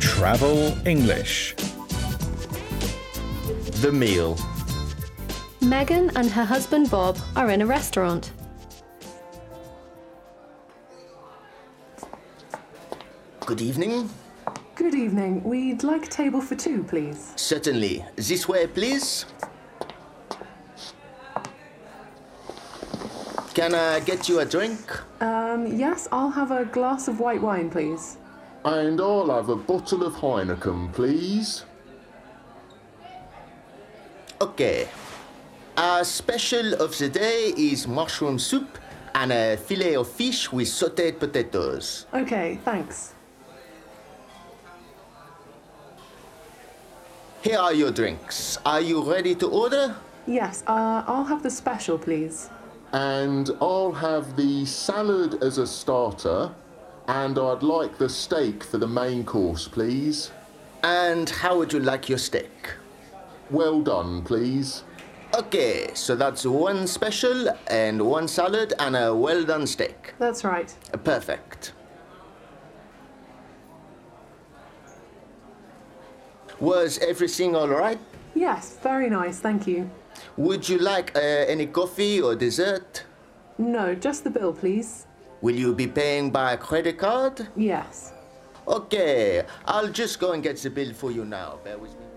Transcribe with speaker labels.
Speaker 1: Travel English.
Speaker 2: The meal.
Speaker 3: Megan and her husband Bob are in a restaurant.
Speaker 2: Good evening.
Speaker 4: Good evening. We'd like a table for two, please.
Speaker 2: Certainly. This way, please. Can I get you a drink?
Speaker 4: Um, yes, I'll have a glass of white wine, please.
Speaker 5: And I'll have a bottle of Heineken, please.
Speaker 2: Okay. Our special of the day is mushroom soup and a filet of fish with sauteed potatoes.
Speaker 4: Okay, thanks.
Speaker 2: Here are your drinks. Are you ready to order?
Speaker 4: Yes, uh, I'll have the special, please.
Speaker 5: And I'll have the salad as a starter. And I'd like the steak for the main course, please.
Speaker 2: And how would you like your steak?
Speaker 5: Well done, please.
Speaker 2: Okay, so that's one special and one salad and a well done steak.
Speaker 4: That's right.
Speaker 2: Perfect. Was everything all right?
Speaker 4: Yes, very nice, thank you.
Speaker 2: Would you like uh, any coffee or dessert?
Speaker 4: No, just the bill, please.
Speaker 2: Will you be paying by credit card?
Speaker 4: Yes.
Speaker 2: Okay, I'll just go and get the bill for you now. Bear with me.